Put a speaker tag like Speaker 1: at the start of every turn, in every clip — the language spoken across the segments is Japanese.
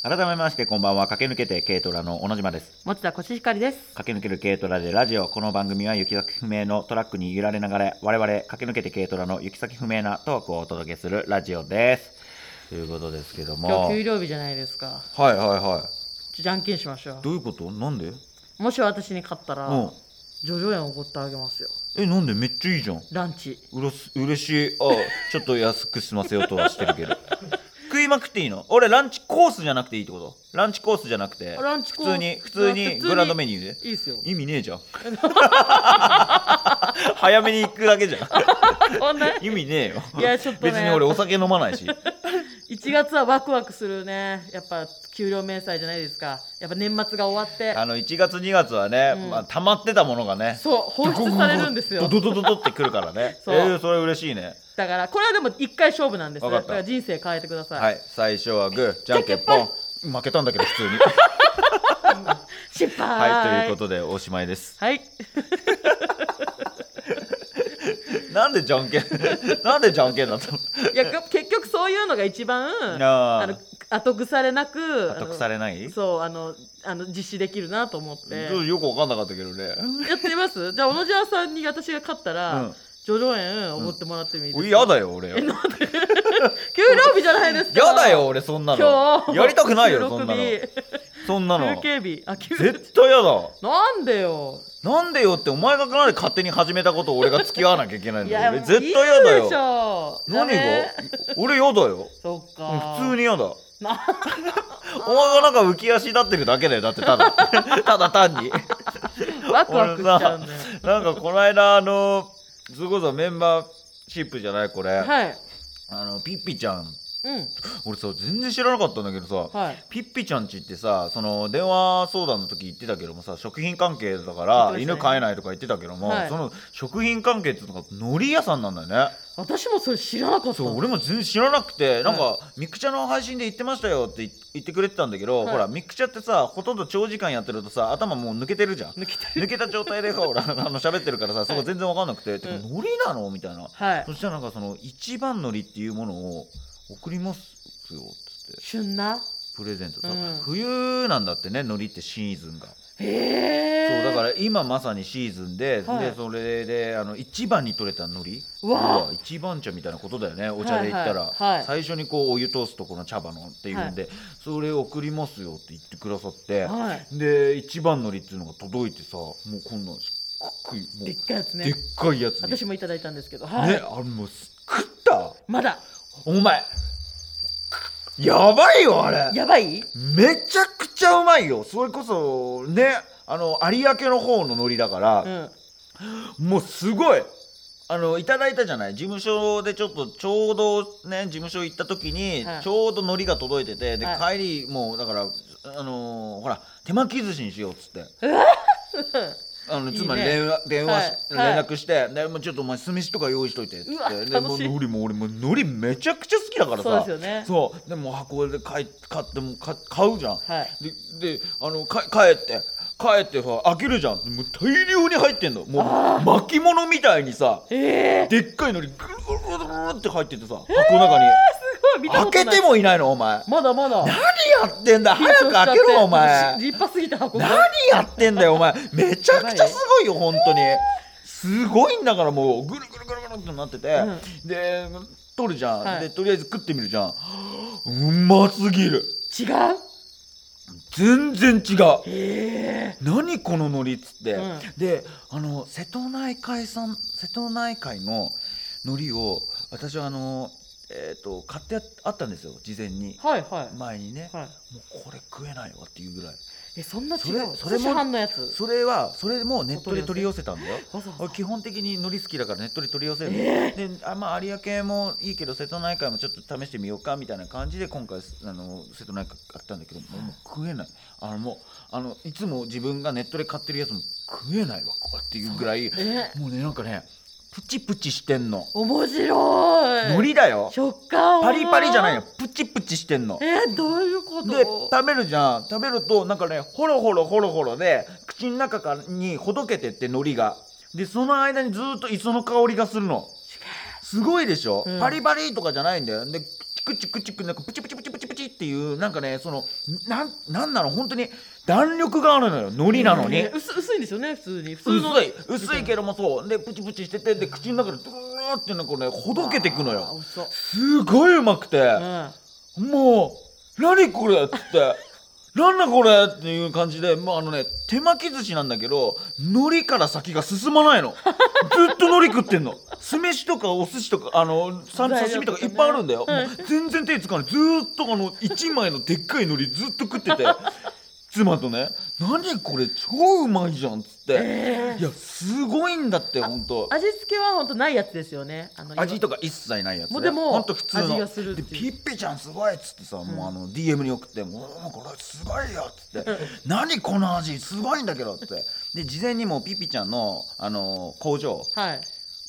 Speaker 1: 改めましてこんばんは駆け抜けて軽トラの小野島です
Speaker 2: 持田コシヒカリです。
Speaker 1: 駆け抜ける軽トラでラジオこの番組は行き先不明のトラックに揺られながら我々駆け抜けて軽トラの行き先不明なトークをお届けするラジオですということですけども
Speaker 2: 今日
Speaker 1: はい
Speaker 2: 給料日じゃないですか。
Speaker 1: はいは
Speaker 2: ちょじゃんけんしましょ
Speaker 1: いどういうことなんで
Speaker 2: う。もし私に勝ったら、
Speaker 1: うん
Speaker 2: ジョジョ園おごってあげますよ。
Speaker 1: えなんでめっちゃいいじゃん
Speaker 2: ランチ。
Speaker 1: うれす嬉しいあちょっと安く済ませようとはしてるけ ど食いまくっていいの俺ランチコースじゃなくていいってことランチコースじゃなくて
Speaker 2: ランチコ
Speaker 1: 普
Speaker 2: ース
Speaker 1: 通に普通にグランドメニューで
Speaker 2: いいですよ。
Speaker 1: 意味ねえじゃん早めに行くだけじゃん
Speaker 2: こんな
Speaker 1: 意味ねえよ
Speaker 2: いやちょっとね
Speaker 1: 別に俺お酒飲まないし
Speaker 2: 1月はワクワクするね。やっぱ給料明細じゃないですか。やっぱ年末が終わって、
Speaker 1: あの1月2月はね、
Speaker 2: うん
Speaker 1: まあ、溜まってたものがね
Speaker 2: そう、放出されるんですよ。
Speaker 1: ドドドドドってくるからね
Speaker 2: そう
Speaker 1: えーそれ嬉しいね
Speaker 2: だから、これはでも1回勝負なんです
Speaker 1: わ
Speaker 2: ね。
Speaker 1: か
Speaker 2: だ
Speaker 1: った
Speaker 2: から人生変えてください。
Speaker 1: はい最初はグーじゃんけんポン負けたんだけど普通に
Speaker 2: 失敗。
Speaker 1: はいということでおしまいです
Speaker 2: はい。
Speaker 1: なんでじゃんけんなんでじゃんけんだったの
Speaker 2: いや、け結局そういうのが一番、
Speaker 1: あー
Speaker 2: あの、後腐れなく、
Speaker 1: 得されない
Speaker 2: そうあのあの実施できるなと思っ
Speaker 1: ちょ
Speaker 2: て
Speaker 1: っとよくわかんなかったけどね、
Speaker 2: やってみますじゃあ小野島さんに私が勝ったら、
Speaker 1: うん
Speaker 2: ジョジョ園おごってもらってもいいです
Speaker 1: お
Speaker 2: か
Speaker 1: いやだよ俺
Speaker 2: え
Speaker 1: や
Speaker 2: なんで給料日じゃないですか
Speaker 1: だよ俺そんな
Speaker 2: 今
Speaker 1: の
Speaker 2: 日
Speaker 1: やりたくないよ
Speaker 2: 収
Speaker 1: そ
Speaker 2: 録
Speaker 1: んなの
Speaker 2: 日
Speaker 1: そんなの
Speaker 2: 休憩日あ休
Speaker 1: 絶対やだ
Speaker 2: なんでよ
Speaker 1: なんでよってお前がなんで勝手に始めたことを俺が付き合わなきゃいけないん
Speaker 2: い
Speaker 1: だよ
Speaker 2: や
Speaker 1: 俺絶対やだ
Speaker 2: いいでし
Speaker 1: よ
Speaker 2: ょ
Speaker 1: 何
Speaker 2: ダメ
Speaker 1: が俺やだよ
Speaker 2: そっ
Speaker 1: うん
Speaker 2: か
Speaker 1: 普通に
Speaker 2: に
Speaker 1: やだ
Speaker 2: な
Speaker 1: お前がなんか浮き足立ってるだけだよだってただ ただ単に
Speaker 2: ワクワクしちゃうんだよ
Speaker 1: なんかこの間あのそれこそメンバーシップじゃないこれ、
Speaker 2: はい
Speaker 1: あのピッピちゃん
Speaker 2: うん
Speaker 1: 俺さ全然知らなかったんだけどさ、
Speaker 2: はい
Speaker 1: ピッピちゃんちってさその電話相談の時言ってたけどもさ食品関係だから、
Speaker 2: そうですね
Speaker 1: 犬飼えないとか言ってたけども、
Speaker 2: はい
Speaker 1: その食品関係っていうのが海苔屋さんなんだよね
Speaker 2: 私もそれ知らなかった
Speaker 1: そう俺も全然知らなくてなんか、
Speaker 2: は
Speaker 1: ミクチャの配信で言ってましたよって言言ってくれてたんだけど、
Speaker 2: はい
Speaker 1: ほらミクチャってさほとんど長時間やってるとさ頭もう抜けてるじ ゃん
Speaker 2: 抜けてる
Speaker 1: 抜けた状態でほらあの喋ってるからさそこ全然わかんなくて「てか
Speaker 2: うん
Speaker 1: 海苔なの?」みたいな、
Speaker 2: はい
Speaker 1: そしたらなんかその一番海苔っていうものを送りますよっつって
Speaker 2: 旬な
Speaker 1: プレゼント、そう
Speaker 2: うん
Speaker 1: 冬なんだってね海苔ってシーズンが、
Speaker 2: へえ
Speaker 1: そうだから今まさにシーズンで、
Speaker 2: はい
Speaker 1: でそれであの一番に取れた海苔
Speaker 2: うわ
Speaker 1: 要は一番茶みたいなことだよねお茶で言ったら、
Speaker 2: はいはいはい
Speaker 1: 最初にこうお湯通すとこの茶葉のっていうんで、それを送りますよって言ってくださって、
Speaker 2: はい
Speaker 1: で一番海苔っていうのが届いてさもうこんなんすっごいもう
Speaker 2: でっかいやつ
Speaker 1: で
Speaker 2: ね
Speaker 1: っかいやつに、
Speaker 2: 私もいただいたんですけど、はい
Speaker 1: ねあれもう食った
Speaker 2: まだ
Speaker 1: お前やばいよあれ
Speaker 2: やばい
Speaker 1: めちゃくちゃうまいよそれこそねあの有明の方の海苔だか
Speaker 2: う
Speaker 1: ら、
Speaker 2: ん
Speaker 1: もうすごいあのいただいたじゃない事務所でちょっとちょうどね事務所行った時に、
Speaker 2: はい
Speaker 1: ちょうど海苔が届いててで、
Speaker 2: は
Speaker 1: 帰りもうだからあのーほら手巻き寿司にしようっつって。あの
Speaker 2: いいね
Speaker 1: つまり連話電話し
Speaker 2: はいはい
Speaker 1: 連絡して、でもうちょっとお前酢飯とか用意しといてっつって
Speaker 2: うわ
Speaker 1: でも
Speaker 2: 楽
Speaker 1: う
Speaker 2: しい
Speaker 1: 海苔も俺もう海苔めちゃくちゃ好きだからさ
Speaker 2: そうですよね
Speaker 1: そうでもう箱で買い買っても買買うじゃん、
Speaker 2: はい
Speaker 1: でであのか帰って帰ってさ開けるじゃんもう大量に入ってんのもう巻物みたいにさ
Speaker 2: ええ
Speaker 1: でっかいのにぐるぐるぐるぐるって入っててさ箱の中に、
Speaker 2: すごい見たことな
Speaker 1: 開
Speaker 2: い
Speaker 1: けてもいないのお前
Speaker 2: まだまだ
Speaker 1: 何やってんだ
Speaker 2: 緊張
Speaker 1: 早く
Speaker 2: しちゃって
Speaker 1: 開けろお前
Speaker 2: 立派すぎて箱
Speaker 1: 何
Speaker 2: が
Speaker 1: やってんだよお前めちゃくちゃすごいよ本当にすごいんだからもうぐるぐるぐるぐるってなってて、で取るじゃん、
Speaker 2: はい
Speaker 1: でとりあえず食ってみるじゃんうますぎる
Speaker 2: 違う
Speaker 1: 全然違う
Speaker 2: え
Speaker 1: 何この海苔っつって、
Speaker 2: うん
Speaker 1: であの瀬戸内海産瀬戸内海の海苔を私はあのえっ、と買ってああったんですよ事前に
Speaker 2: えはいはい
Speaker 1: 前にね、
Speaker 2: はい
Speaker 1: もうこれ食えないわっていうぐらい
Speaker 2: えそんな違う
Speaker 1: それそ
Speaker 2: そ
Speaker 1: れ
Speaker 2: れ
Speaker 1: も
Speaker 2: 市販のやつ
Speaker 1: それはそれもネットで取り寄せたんだよ
Speaker 2: わざわ
Speaker 1: 俺
Speaker 2: ざ
Speaker 1: 基本的に海苔好きだからネットで取り寄せるの、であまあ有明もいいけど瀬戸内海もちょっと試してみようかみたいな感じで今回あの瀬戸内海買ったんだけどもうもう食えないあのもうあのいつも自分がネットで買ってるやつも食えないわこうやっていうぐらい
Speaker 2: え
Speaker 1: もうねなんかねプチプチしてんの
Speaker 2: 面白い
Speaker 1: 海苔だよ
Speaker 2: 食感
Speaker 1: パリパリじゃない
Speaker 2: よ
Speaker 1: よプチプチしてんの
Speaker 2: えー、どういうこと
Speaker 1: で食べるじゃん食べるとなんかねほろほろほろほろで口の中からにほどけてって海苔がでその間にずっと磯の香りがするのすごいでしょ、
Speaker 2: うん
Speaker 1: パリパリとかじゃないんだよで口クチクチクなんかプチプチプチプチプチっていうなんかねそのなんなんなの本当に弾力があるのよ海苔なのに。
Speaker 2: えー薄薄いんですよね普通に普通
Speaker 1: 薄
Speaker 2: の
Speaker 1: い薄いけどもそうでプチプチしててで口の中でドゥーってなんかねほどけてくの
Speaker 2: あー
Speaker 1: よ
Speaker 2: 美味しそう
Speaker 1: すごいうまくて、
Speaker 2: うん
Speaker 1: もう何これっつってなんだこれっていう感じで、まあ、あのね手巻き寿司なんだけど海苔から先が進まないのずっと海苔食ってんの酢飯とかお寿司とかあのさ
Speaker 2: 材料
Speaker 1: 刺身とか
Speaker 2: とか
Speaker 1: いっ
Speaker 2: ね
Speaker 1: ぱいあるんだよ、
Speaker 2: はい
Speaker 1: もう全然手つかないずーっとあの1枚のでっかい海苔ずっと食ってて妻とね「何これ超うまいじゃん」っつって、
Speaker 2: えー
Speaker 1: いやすごいんだって本当
Speaker 2: 味付けは本当ないやつですよねあの
Speaker 1: 味とか一切ないやつ
Speaker 2: もうでも
Speaker 1: ほんと普通の
Speaker 2: 味がするって
Speaker 1: で
Speaker 2: いう
Speaker 1: ピッピちゃんすごいっつってさ、もうあの DM に送って「もうこれすごいよ」っつって「何この味すごいんだけど」っつってで事前にもうピッピちゃんの、あの工場
Speaker 2: はい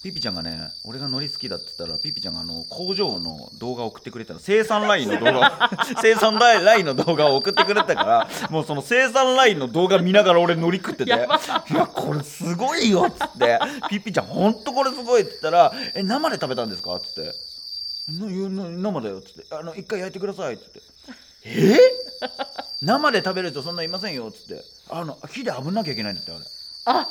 Speaker 1: ピッピちゃんがね俺が海苔好きだって言ったらピッピちゃんがあの工場の動画を送ってくれたの生産ラインの動画 を生産ラインの動画を送ってくれたからもうその生産ラインの動画見ながら俺海苔食ってて「い
Speaker 2: やば
Speaker 1: やこれすごいよ」っつって「ピッピちゃんほんとこれすごい」っつったら「え生で食べたんですか?」っつって「なな生だよ」っつって「あの一回焼いてください」っつって「え生で食べる人そんないませんよ」っつって「あの火で炙んなきゃいけないんだってあれ
Speaker 2: あ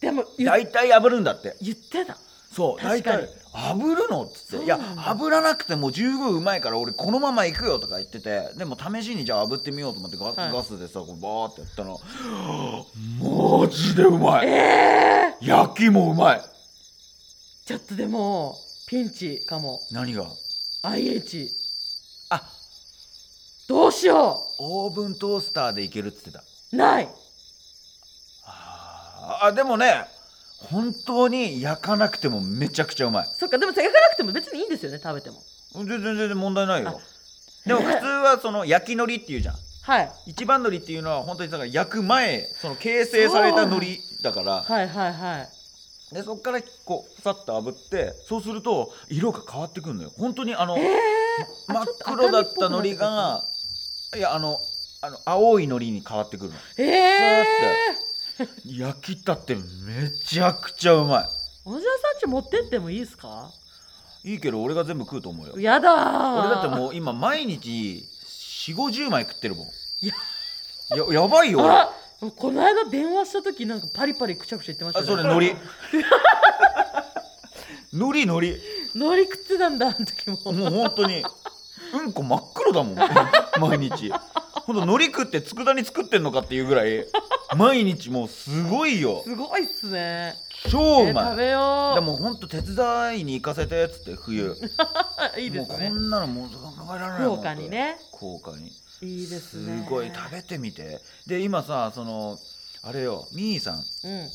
Speaker 2: でも言
Speaker 1: 大体炙るんだって」
Speaker 2: 言ってた
Speaker 1: そう大
Speaker 2: 確かに
Speaker 1: 体炙るのっつって「いや
Speaker 2: そうなんだ
Speaker 1: 炙らなくても十分うまいから俺このまま行くよ」とか言っててでも試しにじゃあ炙ってみようと思ってガ,、
Speaker 2: はい
Speaker 1: ガスでさこうバーってやったらマジでうまい、焼きもうまい
Speaker 2: ちょっとでもピンチかも
Speaker 1: 何が
Speaker 2: IH
Speaker 1: あ
Speaker 2: どうしよ
Speaker 1: オーブントースターでいけるっつってた
Speaker 2: うない
Speaker 1: あーあでもね本当に焼かなくてもめちゃくちゃうまい
Speaker 2: そっかでも焼かなくても別にいいんですよね食べても
Speaker 1: 全然全然問題ないよでも普通はその焼き海苔っていうじゃん
Speaker 2: はい
Speaker 1: 一番海苔っていうのは本当にだから焼く前その形成された海苔だから
Speaker 2: はいはいはい
Speaker 1: でそこからこうさっと炙ってそうすると色が変わってくるのよ本当にあの、
Speaker 2: えー、
Speaker 1: 真
Speaker 2: あ
Speaker 1: っ
Speaker 2: ちょと
Speaker 1: 黒だった海苔
Speaker 2: 赤身っぽくな
Speaker 1: がいやあのあの青い海苔に変わってくるの
Speaker 2: ってきたえ
Speaker 1: 焼きたてめちゃくちゃうま
Speaker 2: ー、小野寺さんち持ってってもいいですか
Speaker 1: いいいけど俺が全部食うと思うよ
Speaker 2: やだー
Speaker 1: 俺だってもう今毎日4 5 0枚食ってるもんややばいよ俺
Speaker 2: あこの間電話した時なんかパリパリくちゃくちゃ言ってました
Speaker 1: あ
Speaker 2: ね
Speaker 1: それ海 苔海苔海苔
Speaker 2: 海苔食ってたんだあの時も
Speaker 1: もう本当にうんこ真っ黒だもん毎日ほんと海苔食って佃煮作ってんのかっていうぐらい毎日もうすごいよ
Speaker 2: すごいっすね
Speaker 1: 超う
Speaker 2: えー
Speaker 1: ま
Speaker 2: 食
Speaker 1: い
Speaker 2: べよう
Speaker 1: でもほんと手伝いに行かせてっつって冬
Speaker 2: あいいです
Speaker 1: もう
Speaker 2: ね
Speaker 1: こんなのもう考えられない
Speaker 2: 福岡にね
Speaker 1: 効果に
Speaker 2: いいですね
Speaker 1: ごい食べてみてで今さそのあれよみーさん
Speaker 2: うん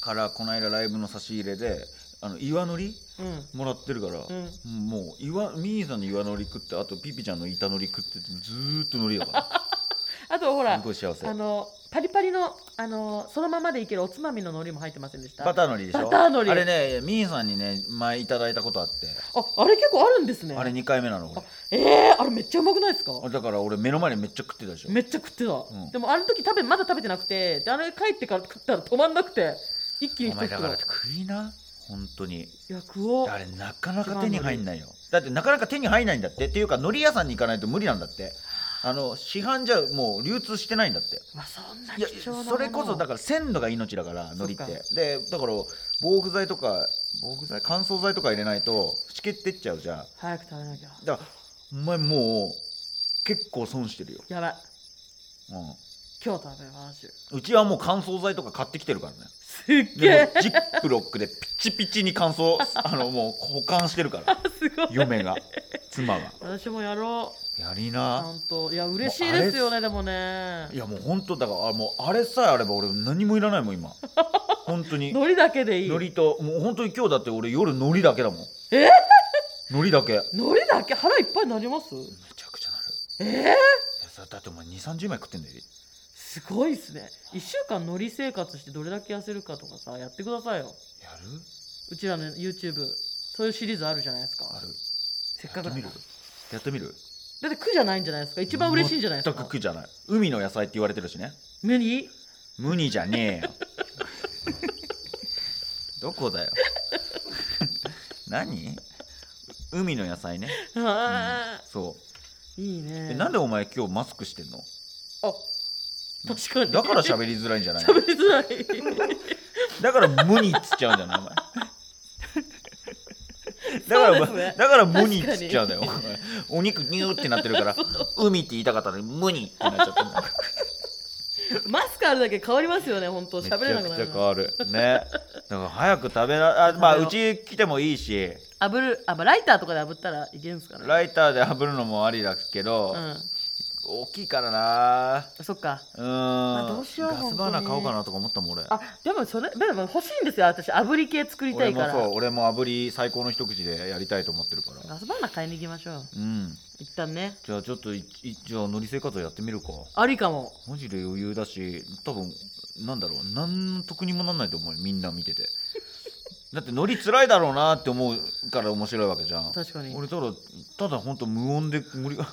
Speaker 1: からこの間ライブの差し入れであの岩のり
Speaker 2: うん
Speaker 1: もらってるから、
Speaker 2: うん
Speaker 1: もう岩みーさんの岩のり食ってあとピピちゃんの板のり食っててずーっとのりや か
Speaker 2: あとほ
Speaker 1: ら
Speaker 2: ら
Speaker 1: すごい幸せ
Speaker 2: あのパリパリのあのそのままでいけるおつまみの海苔も入ってませんでした
Speaker 1: バターのりでしょ
Speaker 2: バターのり
Speaker 1: あれねみーさんにね前いただいたことあって、
Speaker 2: ああれ結構あるんですね
Speaker 1: あれ2回目なの俺
Speaker 2: えー、あれめっちゃうまくないですか
Speaker 1: だから俺目の前でめっちゃ食ってたでしょ
Speaker 2: めっちゃ食ってた、
Speaker 1: ん
Speaker 2: でもあの時食べまだ食べてなくてであれ帰ってから食ったら止まんなくて一気に
Speaker 1: お
Speaker 2: 一
Speaker 1: 前
Speaker 2: 袋
Speaker 1: だから食いな本当に
Speaker 2: いや食おう
Speaker 1: あれなかなか手に入んないよだってなかなか手に入んないんだってっていうか海苔屋さんに行かないと無理なんだってあの市販じゃもう流通してないんだって
Speaker 2: まあ、そんない
Speaker 1: や
Speaker 2: 貴重なもの
Speaker 1: それこそだから鮮度が命だから海苔っ
Speaker 2: そ
Speaker 1: てでだから防腐剤とか防腐剤乾燥剤とか入れないとしけってっちゃうじゃん
Speaker 2: 早く食べなきゃ
Speaker 1: だからお前もう結構損してるよ、
Speaker 2: やばい
Speaker 1: うん
Speaker 2: 今日食べます
Speaker 1: うちはもう乾燥剤とか買ってきてるからね
Speaker 2: すっげ
Speaker 1: で
Speaker 2: え
Speaker 1: も うジップロックでピチピチに乾燥あのもう保管してるから
Speaker 2: すごい
Speaker 1: 嫁が妻が
Speaker 2: 私もやろ
Speaker 1: やり
Speaker 2: うち
Speaker 1: な
Speaker 2: ゃんといや嬉しいですよねでもね
Speaker 1: いやもう本当だからあもうあれさえあれば俺何もいらないもん今本当 に
Speaker 2: 海苔だけでいい
Speaker 1: 海
Speaker 2: 海
Speaker 1: 苔ともう本当に今日だって俺夜海苔だけだもん
Speaker 2: え
Speaker 1: 海苔だけめ
Speaker 2: 苔だけ腹いっぱいになります
Speaker 1: ちゃくちゃなる
Speaker 2: え
Speaker 1: いやそれだってお前2 3 0枚食ってんだよ
Speaker 2: すごいっすね1週間海苔生活してどれだけ痩せるかとかさやってくださいよ
Speaker 1: やる
Speaker 2: うちらの YouTube そういうシリーズあるじゃないですか
Speaker 1: ある
Speaker 2: せっかく
Speaker 1: や
Speaker 2: だ
Speaker 1: って
Speaker 2: か
Speaker 1: み
Speaker 2: ら
Speaker 1: るやってみる
Speaker 2: だって苦じゃないんじゃないですか一番嬉しいんじゃないです
Speaker 1: 全く
Speaker 2: か
Speaker 1: 苦じゃない海の野菜って言われてるしね
Speaker 2: 目に
Speaker 1: 無にじゃね えよどこだよ 何海の野菜ね、
Speaker 2: あ
Speaker 1: そ
Speaker 2: ーいいうね
Speaker 1: えなんでお前今日マスクしてんの
Speaker 2: あ確かに
Speaker 1: だから
Speaker 2: り
Speaker 1: 喋りづらいんじゃない
Speaker 2: 喋りづらい
Speaker 1: だから無にっつっちゃうんじゃないお 前だからお前
Speaker 2: そうですね
Speaker 1: だから無にっつっちゃうんだよお前お肉ニューってなってるから海って言いたかったのに無にってなっちゃったんだよ
Speaker 2: マスクあるだけ変わりますよね本当
Speaker 1: め
Speaker 2: 喋れなく
Speaker 1: ちゃく
Speaker 2: な
Speaker 1: ちゃ
Speaker 2: る
Speaker 1: 変わるねだから早く食べらあまあ
Speaker 2: 食
Speaker 1: う
Speaker 2: べ
Speaker 1: ち来てもいいし
Speaker 2: 炙るあ、まあ、ライターとかで炙ったらいけるんですかね
Speaker 1: ライターで炙るのもありだけど、
Speaker 2: う
Speaker 1: 大きいからなん
Speaker 2: そっか
Speaker 1: うーん、
Speaker 2: あどうしよう
Speaker 1: ガスバーナー
Speaker 2: 本当に
Speaker 1: 買おうかなとか思ったもん俺
Speaker 2: あでもそれでも欲しいんですよ私炙り系作りた
Speaker 1: 俺
Speaker 2: い
Speaker 1: も
Speaker 2: から
Speaker 1: そう俺も炙り最高の一口でやりたいと思ってるから
Speaker 2: ガスバーナー買いに行きましょう
Speaker 1: うん
Speaker 2: 一旦ね
Speaker 1: じゃあちょっといいじゃあ乗り生活やってみるか
Speaker 2: ありかも
Speaker 1: マジで余裕だし多分なんだろう何の得にもなんないと思うよみんな見ててだって乗り辛いだろうなって思うから面白いわけじゃん
Speaker 2: 確かに
Speaker 1: 俺ただただ本当無音で森が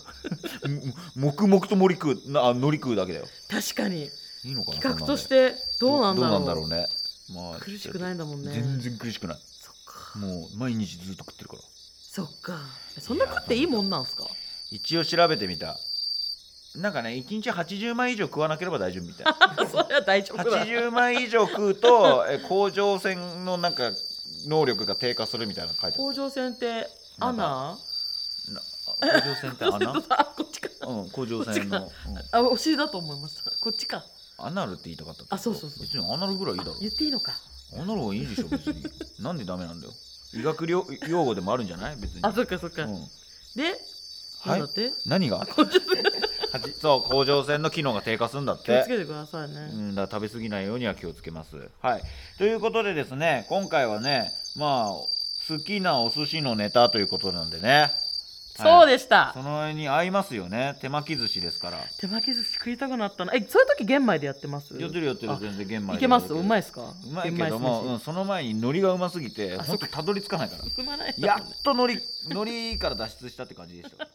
Speaker 1: 黙々と森食うなあり食うだけだよ
Speaker 2: 確かに
Speaker 1: いいのかな
Speaker 2: 企画としててどうなんだろう
Speaker 1: うねまあ
Speaker 2: 苦しくないんだもんね
Speaker 1: 全然苦しくない
Speaker 2: そっか
Speaker 1: もう毎日ずっと食ってるから
Speaker 2: そっかそんな食っていいもんなんすか
Speaker 1: 一応調べてみたなんかね1日80枚以上食わなければ大丈夫みたい
Speaker 2: それは大丈夫だ
Speaker 1: 80枚以上食う とえ甲状腺のなんか能力が低下するみたいなの書いてあ
Speaker 2: 甲状腺ってアナ
Speaker 1: るな甲状腺 って穴
Speaker 2: あこっちか
Speaker 1: うん甲状腺の、うん
Speaker 2: あお尻だと思いましたこっちか
Speaker 1: アナルって言いたかったけど
Speaker 2: あそうそうそう
Speaker 1: 別にアナルぐらいいいだろ
Speaker 2: 言っていいのか
Speaker 1: アナルはいいでしょ別になんでダメなんだよ医学療用語でもあるんじゃない別に
Speaker 2: あそっかそっか、
Speaker 1: うん、
Speaker 2: でな
Speaker 1: は
Speaker 2: ん
Speaker 1: い
Speaker 2: だって
Speaker 1: 何が
Speaker 2: 甲状腺
Speaker 1: はじそう甲状腺の機能が低下するんだっ
Speaker 2: 気を
Speaker 1: て
Speaker 2: つけてくださいね、
Speaker 1: うん、だから食べ過ぎないようには気をつけます。はい、ということでですね今回はねまあ好きなお寿司のネタということなんでね、
Speaker 2: そ
Speaker 1: す
Speaker 2: うでした
Speaker 1: その辺に合いますよね手巻き寿司ですから
Speaker 2: 手巻き寿司食いたくなったなえそういう時玄米でやってます
Speaker 1: 寄ってる寄ってる
Speaker 2: あ
Speaker 1: 全然玄米
Speaker 2: いけますうまい
Speaker 1: い
Speaker 2: ですか
Speaker 1: うまいけども、
Speaker 2: 玄
Speaker 1: う
Speaker 2: 米
Speaker 1: ん、その前に海苔がうますぎて
Speaker 2: あ
Speaker 1: ほんとたどり着かないから
Speaker 2: 寿司進まない
Speaker 1: やっと海苔海苔から脱出したって感じでした